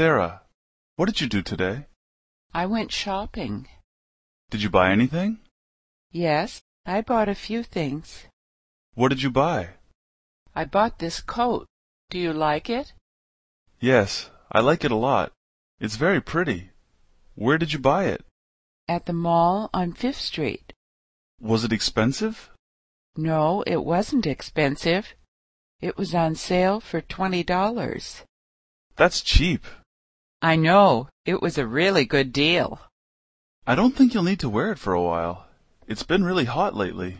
Sarah, what did you do today? I went shopping. Did you buy anything? Yes, I bought a few things. What did you buy? I bought this coat. Do you like it? Yes, I like it a lot. It's very pretty. Where did you buy it? At the mall on Fifth Street. Was it expensive? No, it wasn't expensive. It was on sale for twenty dollars. That's cheap. I know. It was a really good deal. I don't think you'll need to wear it for a while. It's been really hot lately.